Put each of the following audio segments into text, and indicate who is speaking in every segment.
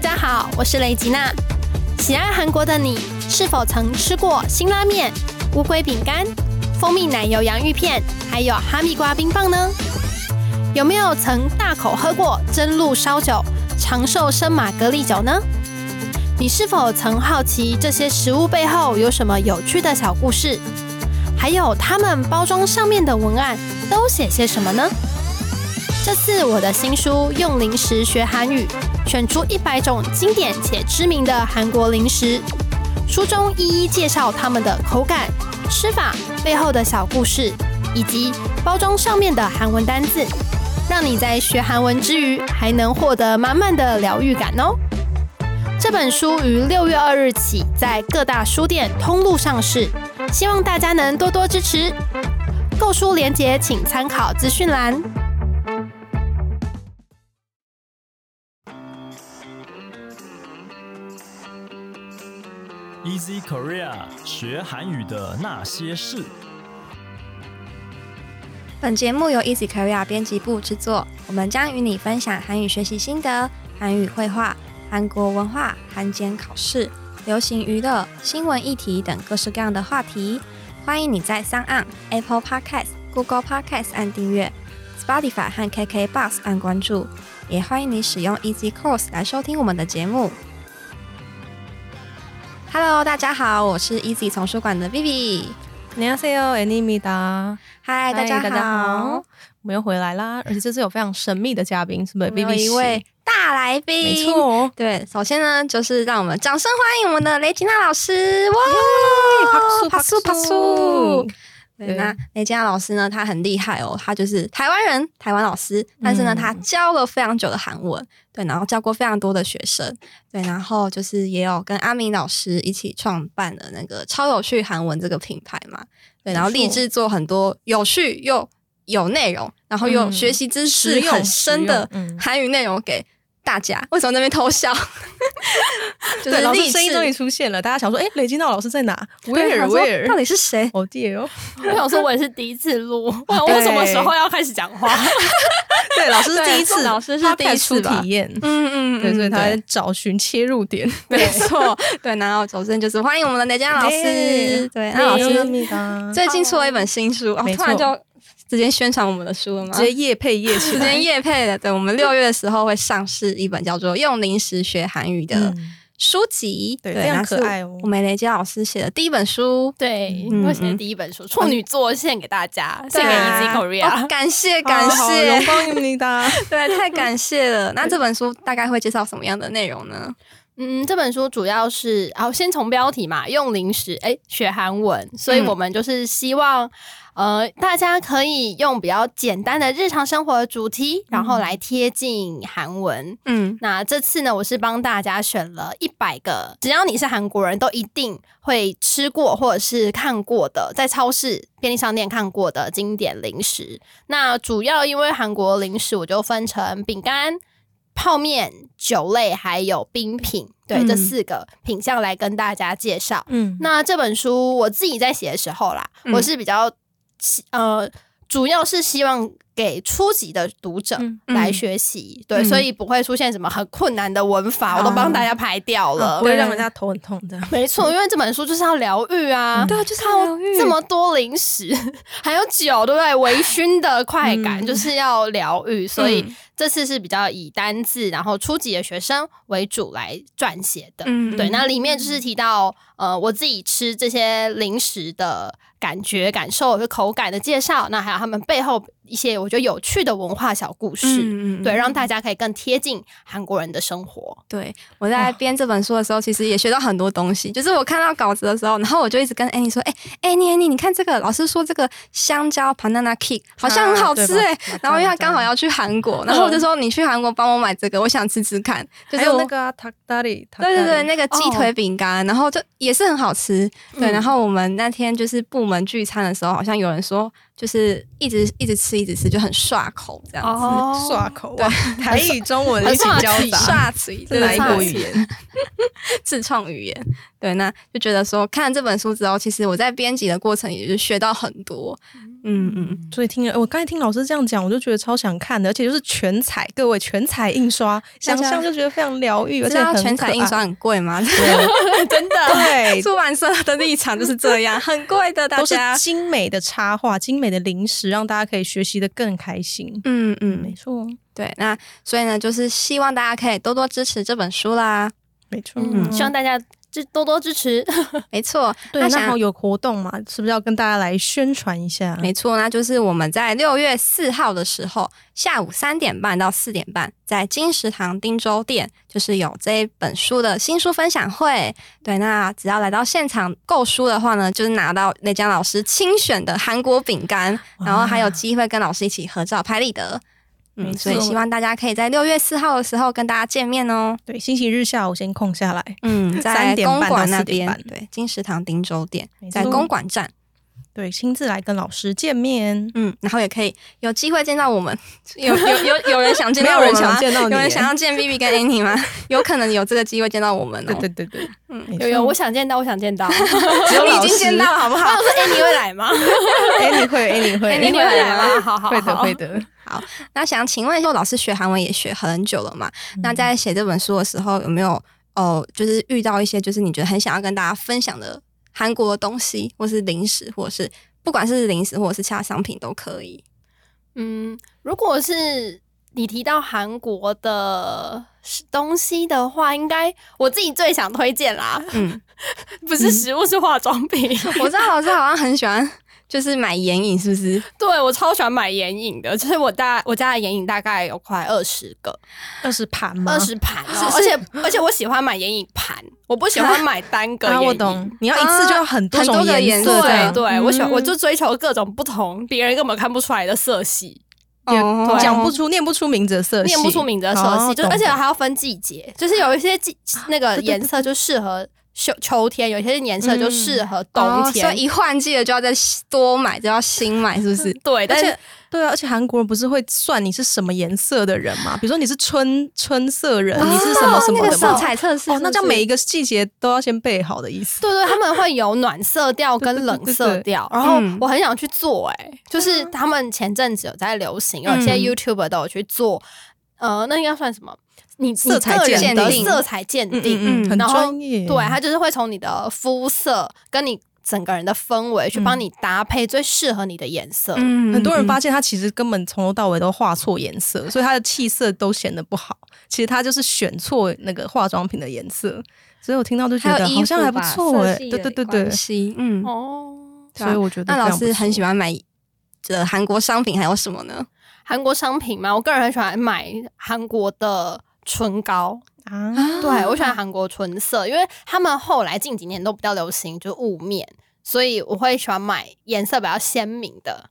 Speaker 1: 家好，我是雷吉娜。喜爱韩国的你，是否曾吃过辛拉面、乌龟饼干、蜂蜜奶油洋芋片，还有哈密瓜冰棒呢？有没有曾大口喝过真露烧酒、长寿生马格利酒呢？你是否曾好奇这些食物背后有什么有趣的小故事？还有它们包装上面的文案都写些什么呢？这次我的新书《用零食学韩语》，选出一百种经典且知名的韩国零食，书中一一介绍它们的口感、吃法、背后的小故事，以及包装上面的韩文单字，让你在学韩文之余还能获得满满的疗愈感哦。这本书于六月二日起在各大书店通路上市，希望大家能多多支持。购书链接请参考资讯栏。
Speaker 2: Easy Korea 学韩语的那些事。
Speaker 3: 本节目由 Easy Korea 编辑部制作，我们将与你分享韩语学习心得、韩语绘画、韩国文化、韩检考试、流行娱乐、新闻议题等各式各样的话题。欢迎你在 s o n Apple Podcast、Google Podcast 按订阅，Spotify 和 KK Bus 按关注，也欢迎你使用 Easy Course 来收听我们的节目。Hello，大家好，我是 Easy 丛书馆的 Vivi。
Speaker 4: 你好，C.O. Anita，
Speaker 3: 嗨，大家
Speaker 4: 大家好
Speaker 3: 好，，
Speaker 4: 我们又回来啦！而且这次有非常神秘的嘉宾，是不是
Speaker 3: 我们有
Speaker 4: Vivi
Speaker 3: 一
Speaker 4: 是
Speaker 3: 位大来宾，
Speaker 4: 没错，
Speaker 3: 对，首先呢，就是让我们掌声欢迎我们的雷吉娜老师，哇，
Speaker 4: 帕苏
Speaker 3: 帕
Speaker 4: 帕
Speaker 3: 苏
Speaker 4: 苏，
Speaker 3: 对，
Speaker 4: 对
Speaker 3: 那雷吉娜老师呢，他很厉害哦，他就是台湾人，台湾老师，但是呢，
Speaker 4: 嗯
Speaker 3: 他教了非常久的韩文，对，然后教过非常多的学生，对，然后就是也有跟阿明老师一起创办的那个超有趣韩文这个品牌嘛，对，然后
Speaker 4: 没错
Speaker 3: 立志做很多有趣又有内容，然后又
Speaker 4: 嗯
Speaker 3: 学习知识
Speaker 4: 实用
Speaker 3: 很深的
Speaker 4: 实用嗯
Speaker 3: 韩语内容给大家。为什么那边偷笑？ 就
Speaker 4: 对，
Speaker 3: 是
Speaker 4: 老
Speaker 3: 励
Speaker 4: 师
Speaker 3: 志
Speaker 4: 声音终于出现了，大家想说，哎，雷金娜老师在哪
Speaker 3: 对
Speaker 4: ？Where
Speaker 3: 想说到
Speaker 4: Where？
Speaker 3: 底是谁？
Speaker 4: 哦 dear 哦，
Speaker 1: 我想说，我也是第一次 录，我想
Speaker 4: 对
Speaker 1: 我什么时候要开始讲话？
Speaker 4: 对，老师是第一次，
Speaker 3: 对老师是第一次
Speaker 4: Podcast
Speaker 3: 吧
Speaker 4: 初体验，
Speaker 3: 嗯
Speaker 4: 对，所以他在找寻切入点。
Speaker 3: 没错，对，然后首先就是欢迎我们的雷佳老师，
Speaker 4: 哎
Speaker 3: 对，那老师
Speaker 4: 师
Speaker 3: 最近出了一本新书，哦
Speaker 4: 没，
Speaker 3: 突
Speaker 4: 错
Speaker 3: 然就直接宣传我们的书了吗
Speaker 4: 直？接夜配夜起
Speaker 3: 直
Speaker 4: 来
Speaker 3: 接，夜配的，对我们六月的时候会上市一本叫做《用零食学韩语》的
Speaker 4: 嗯
Speaker 3: 书籍，
Speaker 4: 对非常
Speaker 3: 那
Speaker 4: 可
Speaker 3: 是
Speaker 4: 爱哦
Speaker 3: 我们雷佳老师写的第一本书，
Speaker 1: 对，
Speaker 3: 嗯
Speaker 1: 我写的
Speaker 3: 嗯
Speaker 1: 第一本书《处女座》献给大家，献给
Speaker 3: 对
Speaker 1: Easy
Speaker 3: 哦
Speaker 4: 啊
Speaker 1: Korea。
Speaker 3: 感谢
Speaker 4: 哦
Speaker 3: 感谢，
Speaker 4: 荣光你的，
Speaker 3: 对，太感谢了。 那这本书大概会介绍什么样的内容呢？
Speaker 1: 嗯，这本书主要是，哦，先从标题嘛，用零食哎学韩文，所以
Speaker 3: 嗯
Speaker 1: 我们就是希望。呃，大家可以用比较简单的日常生活的主题，然后来贴近韩文。
Speaker 3: 嗯，
Speaker 1: 那这次呢，我是帮大家选了一百个，只要你是韩国人都一定会吃过或者是看过的，在超市、便利商店看过的经典零食。那主要因为韩国零食，我就分成饼干、泡面、酒类还有冰品，对、
Speaker 3: 嗯
Speaker 1: 这四个品项来跟大家介绍。
Speaker 4: 嗯，
Speaker 1: 那这本书我自己在写的时候啦，
Speaker 3: 嗯
Speaker 1: 我是比较希呃，主要是希望给初级的读者
Speaker 4: 嗯
Speaker 1: 来
Speaker 3: 嗯
Speaker 1: 学习，对，
Speaker 3: 嗯啊
Speaker 1: 所以不会出现什么很困难的文法，我都帮大家排掉了。
Speaker 4: 啊不会让人家头很痛的。
Speaker 1: 没错，因为这本书就是要疗愈啊。
Speaker 3: 对啊，就是
Speaker 1: 靠
Speaker 3: 疗愈
Speaker 1: 这么多零食， 还有酒，对不对？微醺的快感、
Speaker 4: 嗯
Speaker 1: 就是要疗愈，所以
Speaker 3: 嗯
Speaker 1: 这次是比较以单字，然后初级的学生为主来撰写的。
Speaker 3: 嗯
Speaker 1: 对，
Speaker 3: 嗯
Speaker 1: 那里面就是提到呃，我自己吃这些零食的感觉、感受、就口感的介绍，那还有他们背后一些我觉得有趣的文化小故事，
Speaker 3: 嗯
Speaker 1: 对，让大家可以更贴近韩国人的生活。
Speaker 3: 对我在编这本书的时候，其实也学到很多东西。就是我看到稿子的时候，然后我就一直跟 Annie 说：“哎、a n n i e Annie，你看这个，老师说这个香蕉 banana cake 好像很好吃
Speaker 4: 啊对
Speaker 3: 哎、然后因为他刚好
Speaker 4: 要。
Speaker 3: 要去韩国，然后我就说：“你去韩国帮我买这个，我想吃吃看。”就是
Speaker 4: 嗯还有
Speaker 3: 我
Speaker 4: 那个啊塔达里，塔达
Speaker 3: 对
Speaker 4: 里
Speaker 3: 对对，那个鸡腿
Speaker 4: 哦
Speaker 3: 饼干，然后就也是很好吃。对，
Speaker 1: 嗯
Speaker 3: 然后我们那天就是部门聚餐的时候，好像有人说，就是一直一直吃，一直吃，就很刷口这样子。
Speaker 1: 哦
Speaker 4: 刷口啊，台语中文一起哦交
Speaker 1: 很
Speaker 4: 杂，
Speaker 3: 刷嘴，
Speaker 4: 是哪一
Speaker 1: 国
Speaker 4: 国
Speaker 1: 语
Speaker 4: 语言？
Speaker 3: 自创语言。对，那就觉得说看了这本书之后，其实我在编辑的过程也就学到很多。嗯嗯，
Speaker 4: 所以听了，我刚才听老师这样讲，我就觉得超想看的，而且就是全彩，各位全彩印刷，
Speaker 3: 大
Speaker 4: 想
Speaker 3: 家
Speaker 4: 象就觉得非常疗愈，而
Speaker 3: 知
Speaker 4: 且
Speaker 3: 道
Speaker 4: 很
Speaker 3: 全彩
Speaker 4: 可
Speaker 3: 印
Speaker 4: 爱
Speaker 3: 刷很贵吗？
Speaker 4: 真的对，
Speaker 3: 出版社的立场就是这样，很贵的，大
Speaker 4: 都是
Speaker 3: 家。
Speaker 4: 精美的插画、精美的零食，让大家可以学习的更开心。
Speaker 3: 嗯
Speaker 4: 没
Speaker 3: 嗯，
Speaker 4: 错，
Speaker 3: 对，那所以呢，就是希望大家可以多多支持这本书啦。
Speaker 4: 没错。
Speaker 1: 嗯，希望大家支多多支 持。
Speaker 3: 没错，
Speaker 4: 对，那
Speaker 3: 想
Speaker 4: 好有活动嘛，是不是要跟大家来宣传一下？
Speaker 3: 没错，那就是我们在六月四号的时候，下午三点半到四点半，在金石堂汀州店，就是有这一本书的新书分享会。对，那只要来到现场购书的话呢，就是拿到内江老师亲选的韩国饼干，
Speaker 4: 哇
Speaker 3: 然后还有机会跟老师一起合照拍立得。
Speaker 4: 没
Speaker 3: 嗯，
Speaker 4: 错
Speaker 3: 所以希望大家可以在六月四号的时候跟大家见面哦。
Speaker 4: 对，星期日下午先空下来。
Speaker 3: 嗯，在
Speaker 4: 3点
Speaker 3: 公
Speaker 4: 半到
Speaker 3: 馆那
Speaker 4: 4点
Speaker 3: 边
Speaker 4: 半，
Speaker 3: 对，金石堂汀州店，
Speaker 4: 没
Speaker 3: 在
Speaker 4: 错
Speaker 3: 公馆站。
Speaker 4: 对，亲自来跟老师见面。
Speaker 3: 嗯，然后也可以有机会见到我 们，有有有有人想见
Speaker 4: 没
Speaker 3: 到
Speaker 4: 有
Speaker 3: 我们
Speaker 4: 人想
Speaker 3: 吗
Speaker 4: 见到你
Speaker 3: 有人
Speaker 4: 耶
Speaker 3: 想要见 B B 跟 Annie 吗？有可能有这个机会见到我们哦。
Speaker 4: 对对对对，嗯
Speaker 1: 有有，我想见到，我想见 到。
Speaker 4: 只有
Speaker 3: 你
Speaker 4: 老
Speaker 3: 已经
Speaker 4: 师
Speaker 3: 见到了好不 好？
Speaker 1: 我说：“哎，你会来吗？
Speaker 4: 哎，你会，哎，你会，
Speaker 1: 哎，你会来吗？好好
Speaker 4: 会的，
Speaker 1: 好，
Speaker 4: 会的。
Speaker 3: 那想请问，就老师学韩文也学很久了嘛？
Speaker 4: 嗯
Speaker 3: 那在写这本书的时候，有没有哦、呃就是遇到一些就是你觉得很想要跟大家分享的韩国的东西，或是零食，或者是不管是零食或者是其他商品都可以。
Speaker 1: 嗯，如果是你提到韩国的东西的话，应该我自己最想推荐 啦，
Speaker 3: 嗯，
Speaker 1: 不是食物，是化妆品。
Speaker 4: 嗯
Speaker 3: 我知道老师好像很喜欢，就是买眼影，是不是？
Speaker 1: 对我超喜欢买眼影的，就是我大我家的眼影大概有快二十个，
Speaker 4: 二十盘吗？
Speaker 1: 二十盘哦、
Speaker 3: 是
Speaker 1: 而且而且我喜欢买眼影盘，我不喜欢买单个眼
Speaker 4: 啊，
Speaker 1: 影。
Speaker 4: 我懂，你要一次就要很多
Speaker 3: 啊
Speaker 4: 种
Speaker 3: 很多个颜
Speaker 4: 色
Speaker 3: 色
Speaker 4: 这
Speaker 1: 对
Speaker 4: 样，
Speaker 1: 对，我喜欢
Speaker 4: 嗯
Speaker 1: 我就追求各种不同，别人根本看不出来的色系，
Speaker 4: 也
Speaker 3: 哦
Speaker 4: 讲不出、念不出名字的色系，
Speaker 1: 念不出名字的色系，
Speaker 4: 哦
Speaker 1: 就
Speaker 4: 懂
Speaker 1: 而且
Speaker 4: 懂
Speaker 1: 还要分季节，就是有一些季那个
Speaker 4: 对对
Speaker 1: 颜色就适合秋秋天，有些颜色就适
Speaker 4: 嗯
Speaker 1: 合冬
Speaker 3: 哦所
Speaker 1: 天？
Speaker 3: 以。一换季了就要再多买，就要新买，是不是
Speaker 1: 对，但
Speaker 4: 而
Speaker 1: 是
Speaker 4: 且对啊，而且韩国人不是会算你是什么颜色的人吗？比如说你是春春色人，
Speaker 1: 啊
Speaker 4: 哦你是什么什么
Speaker 3: 那
Speaker 4: 的
Speaker 3: 个
Speaker 4: 吗？
Speaker 3: 色彩测试
Speaker 4: 哦，那叫每一
Speaker 3: 个
Speaker 4: 个季节都要先备好的意思。
Speaker 1: 对对，他们会有暖色调跟冷色
Speaker 4: 哦
Speaker 1: 调，然后
Speaker 3: 嗯
Speaker 1: 我很想去做、欸，
Speaker 4: 嗯
Speaker 1: 就是他们前阵子有在流行，有些
Speaker 3: 嗯
Speaker 1: YouTuber 都有去做，呃，那应该算什么？你
Speaker 4: 色彩
Speaker 1: 你个人的
Speaker 3: 鉴定
Speaker 1: 色彩鉴定，
Speaker 3: 嗯
Speaker 4: 很
Speaker 1: 然后
Speaker 4: 专业。
Speaker 1: 对，它就是会从你的肤色跟你整个人的氛围去
Speaker 4: 嗯
Speaker 1: 帮你搭配最适合你的颜色。
Speaker 3: 嗯
Speaker 4: 很多人发
Speaker 3: 发
Speaker 4: 现他其实根本从头到尾都画错颜色，所以他的气色都显得不好。其实他就是选错那个化妆品的颜色，所以我听到就觉
Speaker 3: 还
Speaker 4: 得
Speaker 3: 有衣服
Speaker 4: 好像还不
Speaker 3: 吧
Speaker 4: 错哎、
Speaker 3: 色系
Speaker 4: 对对对对
Speaker 3: 关，系，嗯，
Speaker 1: 哦，
Speaker 3: 对啊
Speaker 4: 所以我觉得
Speaker 3: 那
Speaker 4: 这样
Speaker 3: 老
Speaker 4: 不
Speaker 3: 师很
Speaker 4: 错
Speaker 3: 喜欢买呃韩国商品，还有什么呢？
Speaker 1: 韩国商品嘛，我个人很喜欢买韩国的唇膏，
Speaker 4: 啊，
Speaker 1: 对我喜欢韩国唇色，因为他们后来近几年都比较流行就是雾面，所以我会喜欢买颜色比较鲜明的。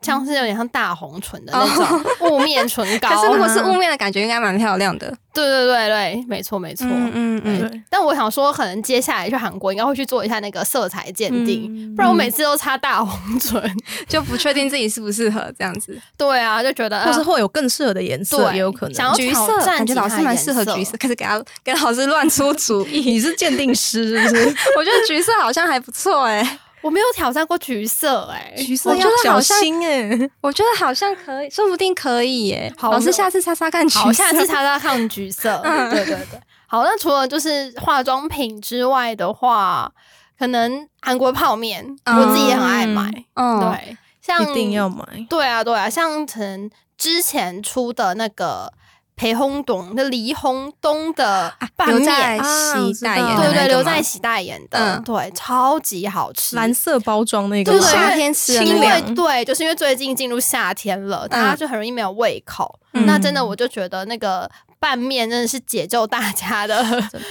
Speaker 1: 像是有点像大红唇的那 种雾面唇膏，
Speaker 3: 哦
Speaker 1: 嗯
Speaker 3: 可
Speaker 4: 啊
Speaker 3: 是如果是雾面的感觉，应该蛮漂亮的。
Speaker 1: 对对对对，没错没错，
Speaker 3: 嗯
Speaker 1: 对
Speaker 4: 对
Speaker 1: 但我想说，可能接下来去韩国应该会去做一下那个色彩鉴定，
Speaker 4: 嗯
Speaker 1: 不然我每次都擦大红唇。
Speaker 3: 就不确定自己适不适合这样子。
Speaker 1: 对啊，就觉得
Speaker 4: 或是
Speaker 1: 啊
Speaker 4: 会有更适合的颜色，
Speaker 1: 对
Speaker 4: 也有可能。
Speaker 1: 想要
Speaker 3: 橘
Speaker 1: 挑
Speaker 3: 色
Speaker 1: 战
Speaker 3: 感觉
Speaker 1: 其
Speaker 3: 老
Speaker 1: 他
Speaker 3: 师蛮
Speaker 1: 颜
Speaker 3: 适合
Speaker 1: 色
Speaker 3: 橘色，可是给他给老师乱出主 意。
Speaker 4: 你是鉴定师是 不是？
Speaker 3: 我觉得橘色好像还不错哎、
Speaker 1: 我没有挑战过橘色哎、
Speaker 4: 橘
Speaker 3: 我
Speaker 4: 色
Speaker 3: 觉
Speaker 4: 要
Speaker 3: 得
Speaker 4: 小
Speaker 3: 好像
Speaker 4: 心哎、
Speaker 3: 我觉得好像可以，说不定可以耶、
Speaker 1: 好
Speaker 3: 老师
Speaker 1: 那
Speaker 3: 下次擦擦 看橘色。嗯
Speaker 1: 好，下次擦擦看橘 色。对对对，好。那除了就是化妆品之外的话，可能韩国泡面、
Speaker 3: 嗯
Speaker 1: 我自己也很爱买。
Speaker 3: 嗯，
Speaker 1: 对，像
Speaker 4: 一定要买。
Speaker 1: 对啊，对啊，像曾之前出的那个裴轰董，那黎轰东的拌
Speaker 3: 留在
Speaker 1: 面，
Speaker 4: 啊我
Speaker 3: 西
Speaker 4: 知
Speaker 3: 代
Speaker 4: 道
Speaker 3: 言
Speaker 1: 对
Speaker 3: 的那个
Speaker 1: 对
Speaker 3: 吗，
Speaker 1: 对，刘在喜代言的，
Speaker 3: 嗯
Speaker 1: 对，超级好吃。
Speaker 4: 蓝色包装那个
Speaker 1: 对
Speaker 4: 吗，
Speaker 1: 对，
Speaker 3: 夏
Speaker 1: 因为
Speaker 3: 天吃的
Speaker 1: 因
Speaker 3: 那
Speaker 1: 为
Speaker 4: 种
Speaker 1: 对，就是因为最近进入夏天了，大家就很容易没有胃口。
Speaker 3: 嗯
Speaker 1: 那真的，我就觉得那个拌面真的是解救大家的，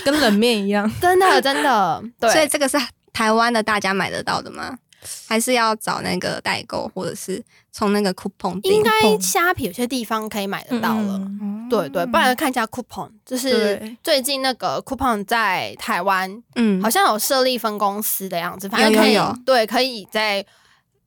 Speaker 4: 跟冷面 一样。
Speaker 1: 真的真的。
Speaker 3: 所以
Speaker 1: 对，
Speaker 3: 这个是台湾的大家买得到的吗？还是要找那个代购，或者是从那个 coupon 订
Speaker 1: 应该虾皮有些地方可以买得到了。
Speaker 4: 嗯，
Speaker 1: 对对，不然看一下 coupon，就是
Speaker 4: 对
Speaker 1: 最近那个 coupon 在台湾
Speaker 3: 嗯
Speaker 1: 好像有设立分公司的样子，反
Speaker 3: 有
Speaker 1: 正
Speaker 3: 有
Speaker 1: 可以
Speaker 3: 有
Speaker 1: 对，可以在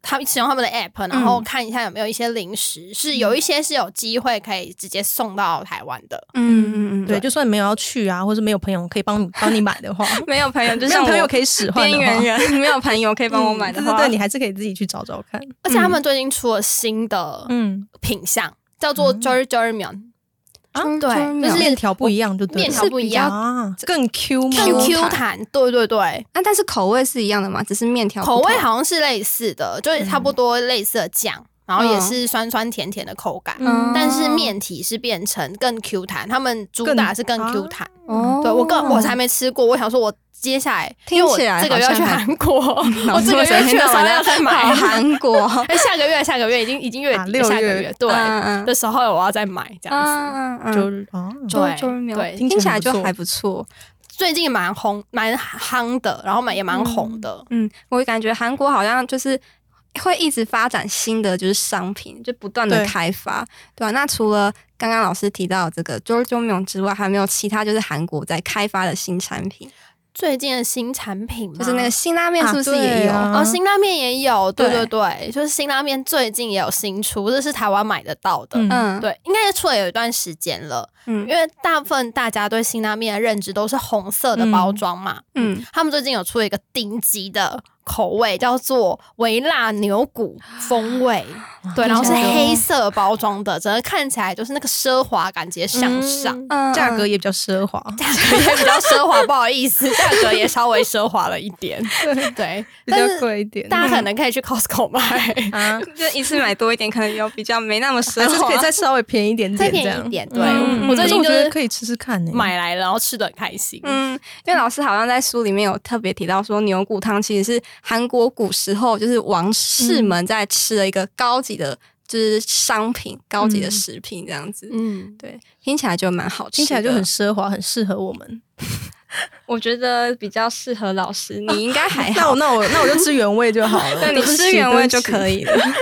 Speaker 1: 他们使用他们的 app，然后看一下有没有一些零食，是有一些是有机会可以直接送到台湾的。
Speaker 3: 嗯嗯嗯，
Speaker 4: 对，就算没有要去啊，或是没有朋友可以帮你帮你买的话，
Speaker 3: 没有朋友， 就
Speaker 4: 没
Speaker 3: 像
Speaker 4: 有
Speaker 3: 我
Speaker 4: 朋友可以使唤的
Speaker 3: 边
Speaker 4: 话，
Speaker 3: 缘人，没有朋友可以帮我
Speaker 4: 嗯
Speaker 3: 买的
Speaker 4: 对
Speaker 3: 话，
Speaker 4: 对对，你还是可以自己去找找看。
Speaker 1: 而且他
Speaker 3: 嗯
Speaker 1: 们最近出了新的
Speaker 4: 嗯，
Speaker 1: 品相，叫
Speaker 3: 嗯
Speaker 1: 做 Jory Jory Mion，
Speaker 4: 啊
Speaker 1: 对，就
Speaker 3: 就是
Speaker 4: 面条不一样就对了，
Speaker 1: 面条不一样
Speaker 4: 啊，更 Q 吗？
Speaker 1: 更
Speaker 3: Q
Speaker 1: Q
Speaker 3: 弹
Speaker 1: 弹，对对对，
Speaker 3: 啊，但是口味是一样的嘛，只是面条不
Speaker 1: 口味
Speaker 3: 同，
Speaker 1: 好像是类似的，就是差不多类似的酱，然后也是酸酸甜甜的口感。
Speaker 3: 嗯
Speaker 1: 但是面体是变成更 Q 弹，他们主打是更
Speaker 4: 更
Speaker 1: Q 弹。
Speaker 3: 哦
Speaker 1: 对我更我才没吃过，我想说，我接下来因为我
Speaker 3: 听起来
Speaker 1: 这个月要去
Speaker 3: 好像还嗯
Speaker 1: 韩 国，我这个
Speaker 3: 我
Speaker 1: 月去了，三要再买。
Speaker 3: 韩国，
Speaker 1: 哎，下个月下个月已经已经月
Speaker 4: 啊
Speaker 1: 底
Speaker 4: 六
Speaker 1: 了，下个
Speaker 4: 月
Speaker 1: 月对
Speaker 3: 嗯嗯
Speaker 1: 的时候我要再买这样子。
Speaker 3: 嗯嗯
Speaker 4: 就
Speaker 3: 嗯，
Speaker 4: 啊，
Speaker 1: 对
Speaker 3: 周面
Speaker 1: 对
Speaker 3: 听起来就还不错。
Speaker 1: 最近蛮红蛮夯的，然后蛮也蛮红的。
Speaker 3: 嗯，我感觉韩国好像就是会一直发展新的就是商品，就不断的
Speaker 4: 对
Speaker 3: 开发，对啊，那除了刚刚老师提到这个 j o j o m y o n 之外，还有没有其他就是韩国在开发的新产品？
Speaker 1: 最近的新产品吗
Speaker 3: 就是那个辛拉面是不是也有？
Speaker 4: 啊
Speaker 1: 哦，辛拉面也有，对
Speaker 3: 对
Speaker 1: 对对，就是辛拉面最近也有新出，这是台湾买得到的。
Speaker 4: 嗯
Speaker 3: 嗯，
Speaker 1: 对，应该出了有一段时间了，因
Speaker 3: 嗯
Speaker 1: 为大部分大家对辛拉面的认知都是红色的包装嘛。
Speaker 3: 嗯，
Speaker 1: 他们最近有出了一个顶级的口味，叫做微辣牛骨风味，对，然后是
Speaker 3: 听起来就
Speaker 1: 黑色包装的，整个看起来就是那个奢华感直接向上。
Speaker 4: 嗯
Speaker 3: 嗯
Speaker 4: 价格也比较奢华，
Speaker 1: 价格也比较奢华，不好意 思，价格也稍微奢华了一点。对，
Speaker 4: 比较
Speaker 1: 嗯但是
Speaker 4: 贵一点。
Speaker 1: 大家可能可以去 Costco 买，
Speaker 4: 啊，
Speaker 3: 就一次买多一点，可能有比较没那 么奢
Speaker 4: 还是
Speaker 3: 华，
Speaker 4: 可以再稍微便宜一点
Speaker 1: 再
Speaker 4: 点，这
Speaker 1: 便宜
Speaker 4: 样
Speaker 1: 一点。对
Speaker 4: 嗯
Speaker 1: 我
Speaker 4: 可
Speaker 1: 最
Speaker 4: 是
Speaker 1: 近
Speaker 4: 我
Speaker 1: 就
Speaker 4: 觉
Speaker 1: 是
Speaker 4: 得可以吃吃看呢。欸
Speaker 1: 买来了，然后吃的很开心。
Speaker 3: 嗯，因为老师好像在书里面有特别提到说，牛骨汤其实是韩国古时候就是王室
Speaker 4: 嗯
Speaker 3: 们在吃的一个高级的，就是商品、高级的食品这样子。
Speaker 1: 嗯，
Speaker 3: 对，听起来就蛮好吃的，
Speaker 4: 嗯听起来就很奢华，很适合我们。
Speaker 3: 我觉得比较适合老师，你哦应该还
Speaker 4: 那
Speaker 3: 好
Speaker 4: 我，那我那我就吃原味就好了，
Speaker 3: 对你
Speaker 4: 对不起
Speaker 3: 吃原味就可，以 了。
Speaker 4: 对不起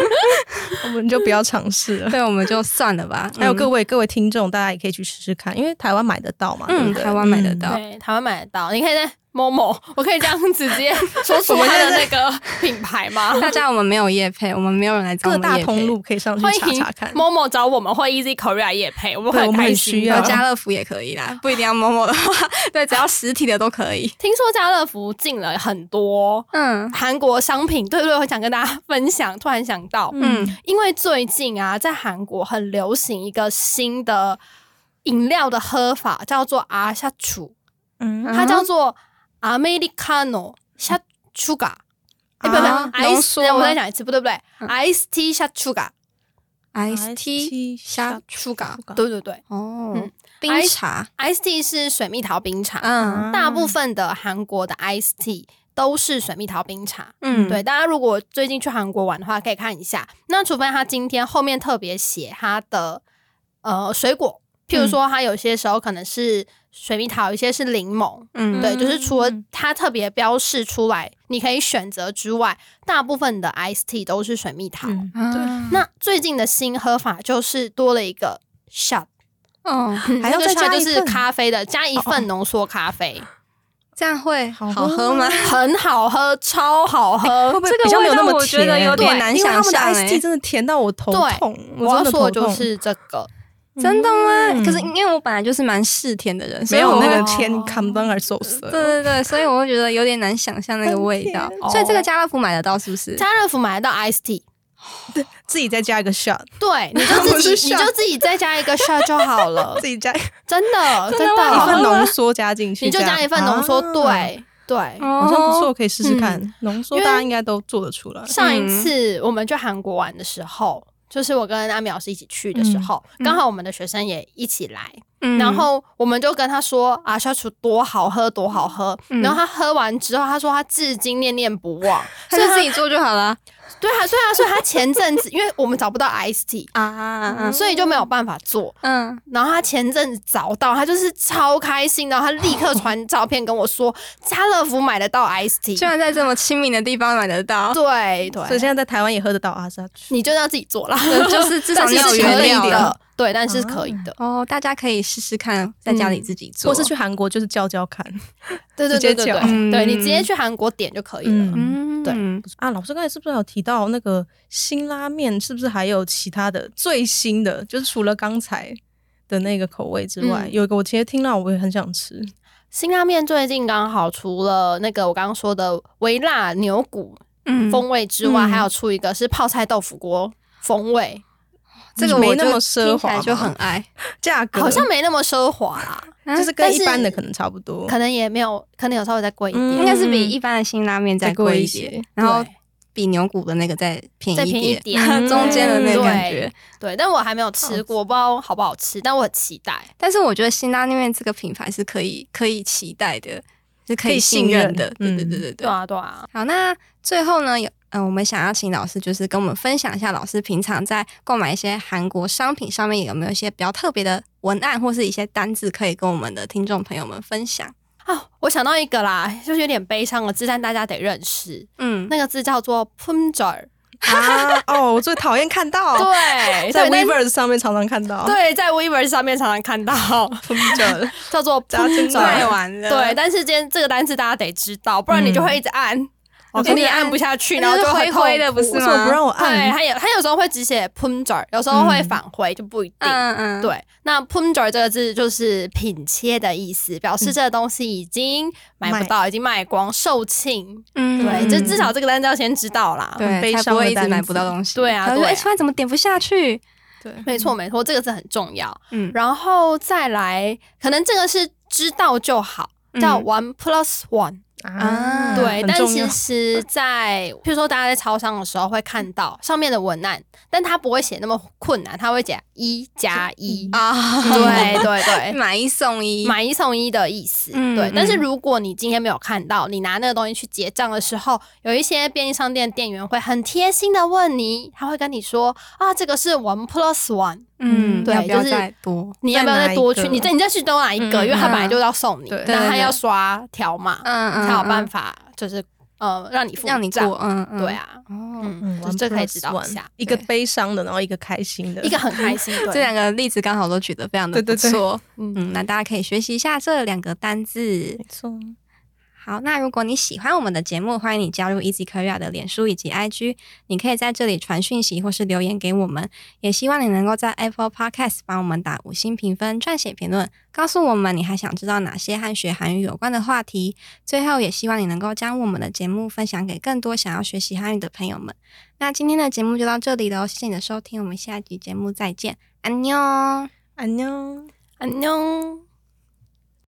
Speaker 4: 我们就不要尝试 了。
Speaker 3: 对，我们就算了吧。嗯
Speaker 4: 还有各
Speaker 3: 位，
Speaker 4: 位各位听众，大家也可以去试试看，因为台湾买得到嘛，对
Speaker 3: 嗯，
Speaker 4: 不对
Speaker 3: 台湾买得到，
Speaker 1: 对，台湾买得到，你可以在 Momo，我可以这样直接说出
Speaker 4: 我们
Speaker 1: 它
Speaker 4: 现
Speaker 1: 的
Speaker 4: 在
Speaker 1: 那个品牌 吗？
Speaker 3: 大家我们没有业配，我们没有人来找我
Speaker 4: 各
Speaker 3: 们
Speaker 4: 大
Speaker 3: 业配
Speaker 4: 通，路可以上去
Speaker 1: 欢
Speaker 4: 查
Speaker 1: 迎
Speaker 4: 查看。
Speaker 1: Momo 找我们，或 Easy Korea 也配，我们
Speaker 4: 对我
Speaker 1: 很
Speaker 4: 们
Speaker 1: 开
Speaker 4: 很
Speaker 1: 心
Speaker 4: 需
Speaker 1: 的。
Speaker 4: 要
Speaker 3: 呃，家乐福也可以啦，不一定要某某的话， 对，只要实体的都可以。
Speaker 1: 听说家乐福进了很多
Speaker 3: 嗯
Speaker 1: 韩国商品，对对，我想跟大家分享。突然想到，
Speaker 3: 嗯，
Speaker 1: 因为最近啊，在韩国很流行一个新的饮料的喝法，叫做阿夏楚，
Speaker 4: 嗯，
Speaker 1: 它叫做 Americano 夏 sugar。哎，不不
Speaker 4: 嗯
Speaker 3: 啊浓
Speaker 1: ，ice，哎
Speaker 3: 缩吗
Speaker 1: 我再讲一次，不对不对
Speaker 3: 嗯
Speaker 1: ，ice tea 夏 sugar，
Speaker 3: ，ice tea
Speaker 4: 虾
Speaker 1: sugar，对对对
Speaker 3: 哦
Speaker 1: 嗯，
Speaker 3: 冰
Speaker 1: ice-
Speaker 3: 茶，
Speaker 1: ，ice tea 是水蜜桃冰茶，
Speaker 3: 嗯
Speaker 4: 啊
Speaker 1: 大部分的韩国的 ice tea 都是水蜜桃冰茶。
Speaker 3: 嗯，
Speaker 1: 对，大家如果最近去韩国玩的话，可以看一下。那除非他今天后面特别写他的呃水果，譬如
Speaker 4: 嗯
Speaker 1: 说他有些时候可能是水蜜桃，有些是柠檬。
Speaker 3: 嗯
Speaker 1: 对，就是除了
Speaker 4: 嗯
Speaker 1: 它特别标示出来，你可以选择之外，大部分的 ice tea 都是水蜜桃。
Speaker 4: 嗯，
Speaker 3: 啊
Speaker 1: 那最近的新喝法就是多了一个 shot，
Speaker 3: 哦，
Speaker 4: 嗯还要
Speaker 1: 那个
Speaker 4: 再加
Speaker 1: shot 就
Speaker 4: 一
Speaker 1: 是
Speaker 4: 份哦
Speaker 1: 咖啡的，加一份浓缩咖啡，
Speaker 3: 这样会
Speaker 4: 好
Speaker 3: 好
Speaker 4: 喝
Speaker 3: 喝吗？
Speaker 1: 很好喝，超好喝
Speaker 4: 哎会。不会
Speaker 3: 这个
Speaker 4: 比较没有那
Speaker 3: 味道
Speaker 4: 么
Speaker 3: 我觉
Speaker 4: 甜？
Speaker 3: 得有点难
Speaker 4: 因为他们的
Speaker 3: 想象
Speaker 4: ice
Speaker 3: 欸
Speaker 4: tea 真的甜到我头
Speaker 1: 对
Speaker 4: 痛，
Speaker 1: 我要
Speaker 4: 真的
Speaker 1: 说
Speaker 4: 头
Speaker 1: 的就
Speaker 4: 痛
Speaker 1: 是这个，
Speaker 3: 真的吗？
Speaker 4: 嗯
Speaker 3: 可是因为我本来就是蛮嗜甜的人，所
Speaker 4: 没
Speaker 3: 以
Speaker 4: 有
Speaker 3: 我
Speaker 4: 那
Speaker 3: 会
Speaker 4: 个
Speaker 1: 哦
Speaker 4: 甜 come down 而受涩。
Speaker 3: 对对对，所以我会觉得有点难想象那个味道
Speaker 4: 很。哦
Speaker 1: 甜
Speaker 3: 所以这个家乐福买得到是不是？
Speaker 1: 家乐福买得到 ice tea，
Speaker 4: 自己再加一个 shot，
Speaker 1: 对，你 就
Speaker 4: 不
Speaker 1: 自
Speaker 4: 是
Speaker 1: 己你
Speaker 4: shot
Speaker 1: 就自己再加一个 shot 就好了
Speaker 4: 自，己加一
Speaker 1: 真的真
Speaker 4: 份
Speaker 1: 的，
Speaker 4: 浓缩加进
Speaker 1: 哦
Speaker 4: 去，
Speaker 1: 你就
Speaker 4: 这样
Speaker 1: 加一份浓缩，，
Speaker 4: 啊
Speaker 1: 对对。
Speaker 4: 好
Speaker 3: 好
Speaker 4: 像不错，可以试试看
Speaker 1: 嗯。
Speaker 4: 浓缩
Speaker 1: 因为
Speaker 4: 大家应该都做得出来。
Speaker 1: 上一次我们去韩国玩的时候，就是我跟阿米老师一起去的时候，
Speaker 3: 嗯
Speaker 1: 刚好我们的学生也一起来，
Speaker 3: 嗯
Speaker 1: 然后我们就跟他说啊，小楚多好喝，多好喝。
Speaker 3: 嗯
Speaker 1: 然后他喝完之后，他说他至今念念不忘。
Speaker 3: 他就自己做就好了
Speaker 1: 对啊，所以他说他前阵子，因为我们找不到 ice tea，
Speaker 3: 啊
Speaker 4: 嗯
Speaker 1: 所以就没有办法做。
Speaker 3: 嗯，
Speaker 1: 然后他前阵子找到，他就是超开心，然后他立刻传照片跟我说，家乐福买得到 ice
Speaker 3: 居
Speaker 1: tea，
Speaker 3: 然在这么亲民的地方买得到，
Speaker 1: 对
Speaker 4: 所以
Speaker 1: 对，
Speaker 4: 现在在台湾也喝得到阿萨曲，
Speaker 1: 你就要自己做啦，
Speaker 3: 对就是至少
Speaker 1: 但
Speaker 3: 你
Speaker 1: 是
Speaker 3: 有
Speaker 1: 是
Speaker 3: 原
Speaker 1: 可以
Speaker 3: 料了
Speaker 1: 的，对，但是可以的。
Speaker 3: 哦，大家可以试试看，在家里自己做，
Speaker 4: 嗯或是去韩国就是教教看。
Speaker 1: 对对
Speaker 4: 直接
Speaker 1: 对对对，
Speaker 4: 讲
Speaker 1: 对对你
Speaker 3: 嗯
Speaker 1: 直接去韩国点就可以了。
Speaker 3: 嗯，
Speaker 4: 嗯
Speaker 1: 对
Speaker 4: 啊，老师刚才是不是有提到那个辛拉面？是不是还有其他的最新的？就是除了刚才的那个口味之外，
Speaker 1: 嗯
Speaker 4: 有一个我其实听到我也很想吃。
Speaker 1: 辛拉面最近刚好除了那个我刚刚说的微辣牛骨
Speaker 3: 嗯
Speaker 1: 风味之外，
Speaker 4: 嗯
Speaker 1: 还有出一个是泡菜豆腐锅风味，
Speaker 3: 这个
Speaker 4: 没
Speaker 3: 我
Speaker 4: 那
Speaker 3: 就
Speaker 4: 么奢
Speaker 3: 听起来
Speaker 4: 华
Speaker 3: 就
Speaker 4: 嘛
Speaker 3: 很爱，
Speaker 4: 价格
Speaker 1: 好像没那么奢华啦，
Speaker 3: 啊
Speaker 4: 就是跟
Speaker 1: 但
Speaker 4: 一
Speaker 1: 是
Speaker 4: 般的可能差不多。
Speaker 1: 可能也没有，可能有稍微再贵一
Speaker 4: 嗯
Speaker 1: 点，
Speaker 3: 应该是比一般的辛拉面再
Speaker 4: 再贵
Speaker 3: 贵
Speaker 4: 一
Speaker 3: 一些
Speaker 4: 些，
Speaker 3: 然后
Speaker 1: 对
Speaker 3: 比牛骨的那个再便
Speaker 1: 再
Speaker 3: 宜
Speaker 1: 便宜一
Speaker 3: 点，
Speaker 1: 点。 嗯
Speaker 3: 中间的那个感觉。
Speaker 1: 对，但我还没有吃过，我不知道好不好吃，但我很期待。
Speaker 3: 但是我觉得辛拉面这个品牌是可以可以期待的，是可
Speaker 4: 可
Speaker 3: 以
Speaker 4: 以
Speaker 3: 信
Speaker 4: 信
Speaker 3: 任
Speaker 4: 任
Speaker 3: 的。
Speaker 4: 嗯
Speaker 3: 对对对对对。
Speaker 1: 对啊，对啊，
Speaker 3: 好，那最后呢，有呃，我们想要请老师就是跟我们分享一下，老师平常在购买一些韩国商品上面有没有一些比较特别的文案或是一些单字可以跟我们的听众朋友们分享？
Speaker 1: 啊，我想到一个啦，就是有点悲伤的字，但大家得认识，
Speaker 3: 嗯，
Speaker 1: 那个字叫做 punjer。
Speaker 4: 啊，哦，我最讨厌看到，
Speaker 1: 对，
Speaker 4: 在
Speaker 1: 对但
Speaker 4: Weverse 上面常常看到。
Speaker 1: 对，在 Weaver 上面常常看到
Speaker 4: Pumjol
Speaker 1: 叫做
Speaker 4: 扎针
Speaker 1: punjer
Speaker 4: 太
Speaker 3: 完了
Speaker 1: 对，但是今天这个单词大家得知道，不然你就会一直按，
Speaker 3: 嗯
Speaker 1: 我给你按不下去，然后就
Speaker 3: 哦就是
Speaker 1: 很
Speaker 3: 灰灰的，
Speaker 1: 痛苦
Speaker 3: 不是
Speaker 4: 为什么
Speaker 3: 吗？
Speaker 4: 不让我
Speaker 1: 对，
Speaker 4: 按？
Speaker 1: 它有它有时候会只写 punjer，有时候会
Speaker 4: 嗯
Speaker 1: 返回，就不一定。
Speaker 3: 嗯嗯，
Speaker 1: 对，那 punjer 这个字就是品切的意思，表示这个东西已经买不
Speaker 4: 卖
Speaker 1: 到，已经卖光，售罄。
Speaker 3: 嗯，
Speaker 1: 对，
Speaker 3: 嗯
Speaker 1: 就至少这个单词要先知道啦。
Speaker 4: 很
Speaker 3: 对，
Speaker 4: 悲
Speaker 3: 才
Speaker 4: 伤
Speaker 3: 不会
Speaker 4: 的
Speaker 3: 一直
Speaker 4: 单
Speaker 3: 买
Speaker 4: 字
Speaker 3: 不到东西。
Speaker 1: 对啊
Speaker 3: 他说
Speaker 1: 对
Speaker 3: 哎，
Speaker 1: 啊
Speaker 3: 突然怎么点不下去？
Speaker 4: 对，
Speaker 1: 没错，没错，这个字很重要。
Speaker 3: 嗯，
Speaker 1: 然后再来，可能这个是知道就好，叫
Speaker 3: 嗯
Speaker 1: one plus one。
Speaker 3: 啊
Speaker 1: 对，
Speaker 4: 嗯很
Speaker 1: 但
Speaker 4: 重
Speaker 1: 其
Speaker 4: 要
Speaker 1: 实在，譬如说大家在超商的时候会看到上面的文案，但它不会写那么困难，它会写一加一。
Speaker 3: 啊，
Speaker 1: 对对 对，
Speaker 3: 买一送一，
Speaker 1: 买一送一的意思。
Speaker 3: 嗯
Speaker 1: 对，但是
Speaker 3: 嗯
Speaker 1: 如果你今天没有看到，你拿那个东西去结账的时候，有一些便利商店店员会很贴心的问你，他会跟你说啊，这个是 one plus one，
Speaker 3: 嗯，
Speaker 1: 对
Speaker 3: 要不要
Speaker 1: 就是
Speaker 3: 再多？
Speaker 1: 你要不要
Speaker 4: 再拿
Speaker 1: 再多去？
Speaker 4: 一个
Speaker 1: 你再你再去多拿一个，
Speaker 4: 嗯
Speaker 1: 因为他
Speaker 3: 嗯
Speaker 1: 本来就要送你，
Speaker 4: 对
Speaker 1: 但他
Speaker 3: 对对
Speaker 1: 要刷条码、
Speaker 3: 嗯嗯，
Speaker 1: 才有办
Speaker 3: 法
Speaker 1: 法，就是呃让你付
Speaker 3: 让你
Speaker 1: 账
Speaker 3: 过，。嗯嗯，
Speaker 1: 对，啊，
Speaker 3: 哦，
Speaker 1: 嗯，
Speaker 4: 嗯
Speaker 1: 就是
Speaker 4: One
Speaker 1: 这可以
Speaker 4: plus
Speaker 1: 知道一
Speaker 4: one，
Speaker 1: 下，
Speaker 4: 一个
Speaker 3: 对
Speaker 4: 悲伤的，然后一个开心的，
Speaker 1: 一个很开心，
Speaker 3: 这
Speaker 1: 对，
Speaker 3: 两个例子刚好都举得非常的
Speaker 4: 对
Speaker 3: 不
Speaker 4: 对对
Speaker 3: 错，
Speaker 1: 嗯，
Speaker 3: 嗯嗯，那大家可以学习一下这两个单字
Speaker 4: 没。错。
Speaker 3: 好，那如果你喜欢我们的节目，欢迎你加入 Easy Korea 的脸书以及 IG，你可以在这里传讯息或是留言给我们。也希望你能够在 Apple Podcast 帮我们打五星评分、撰写评论，告诉我们你还想知道哪些和学韩语有关的话题。最后，也希望你能够将我们的节目分享给更多想要学习韩语的朋友们。那今天的节目就到这里了，谢谢你的收听，我们下一集节目再见，安妞。
Speaker 4: 安妞。
Speaker 1: 安妞。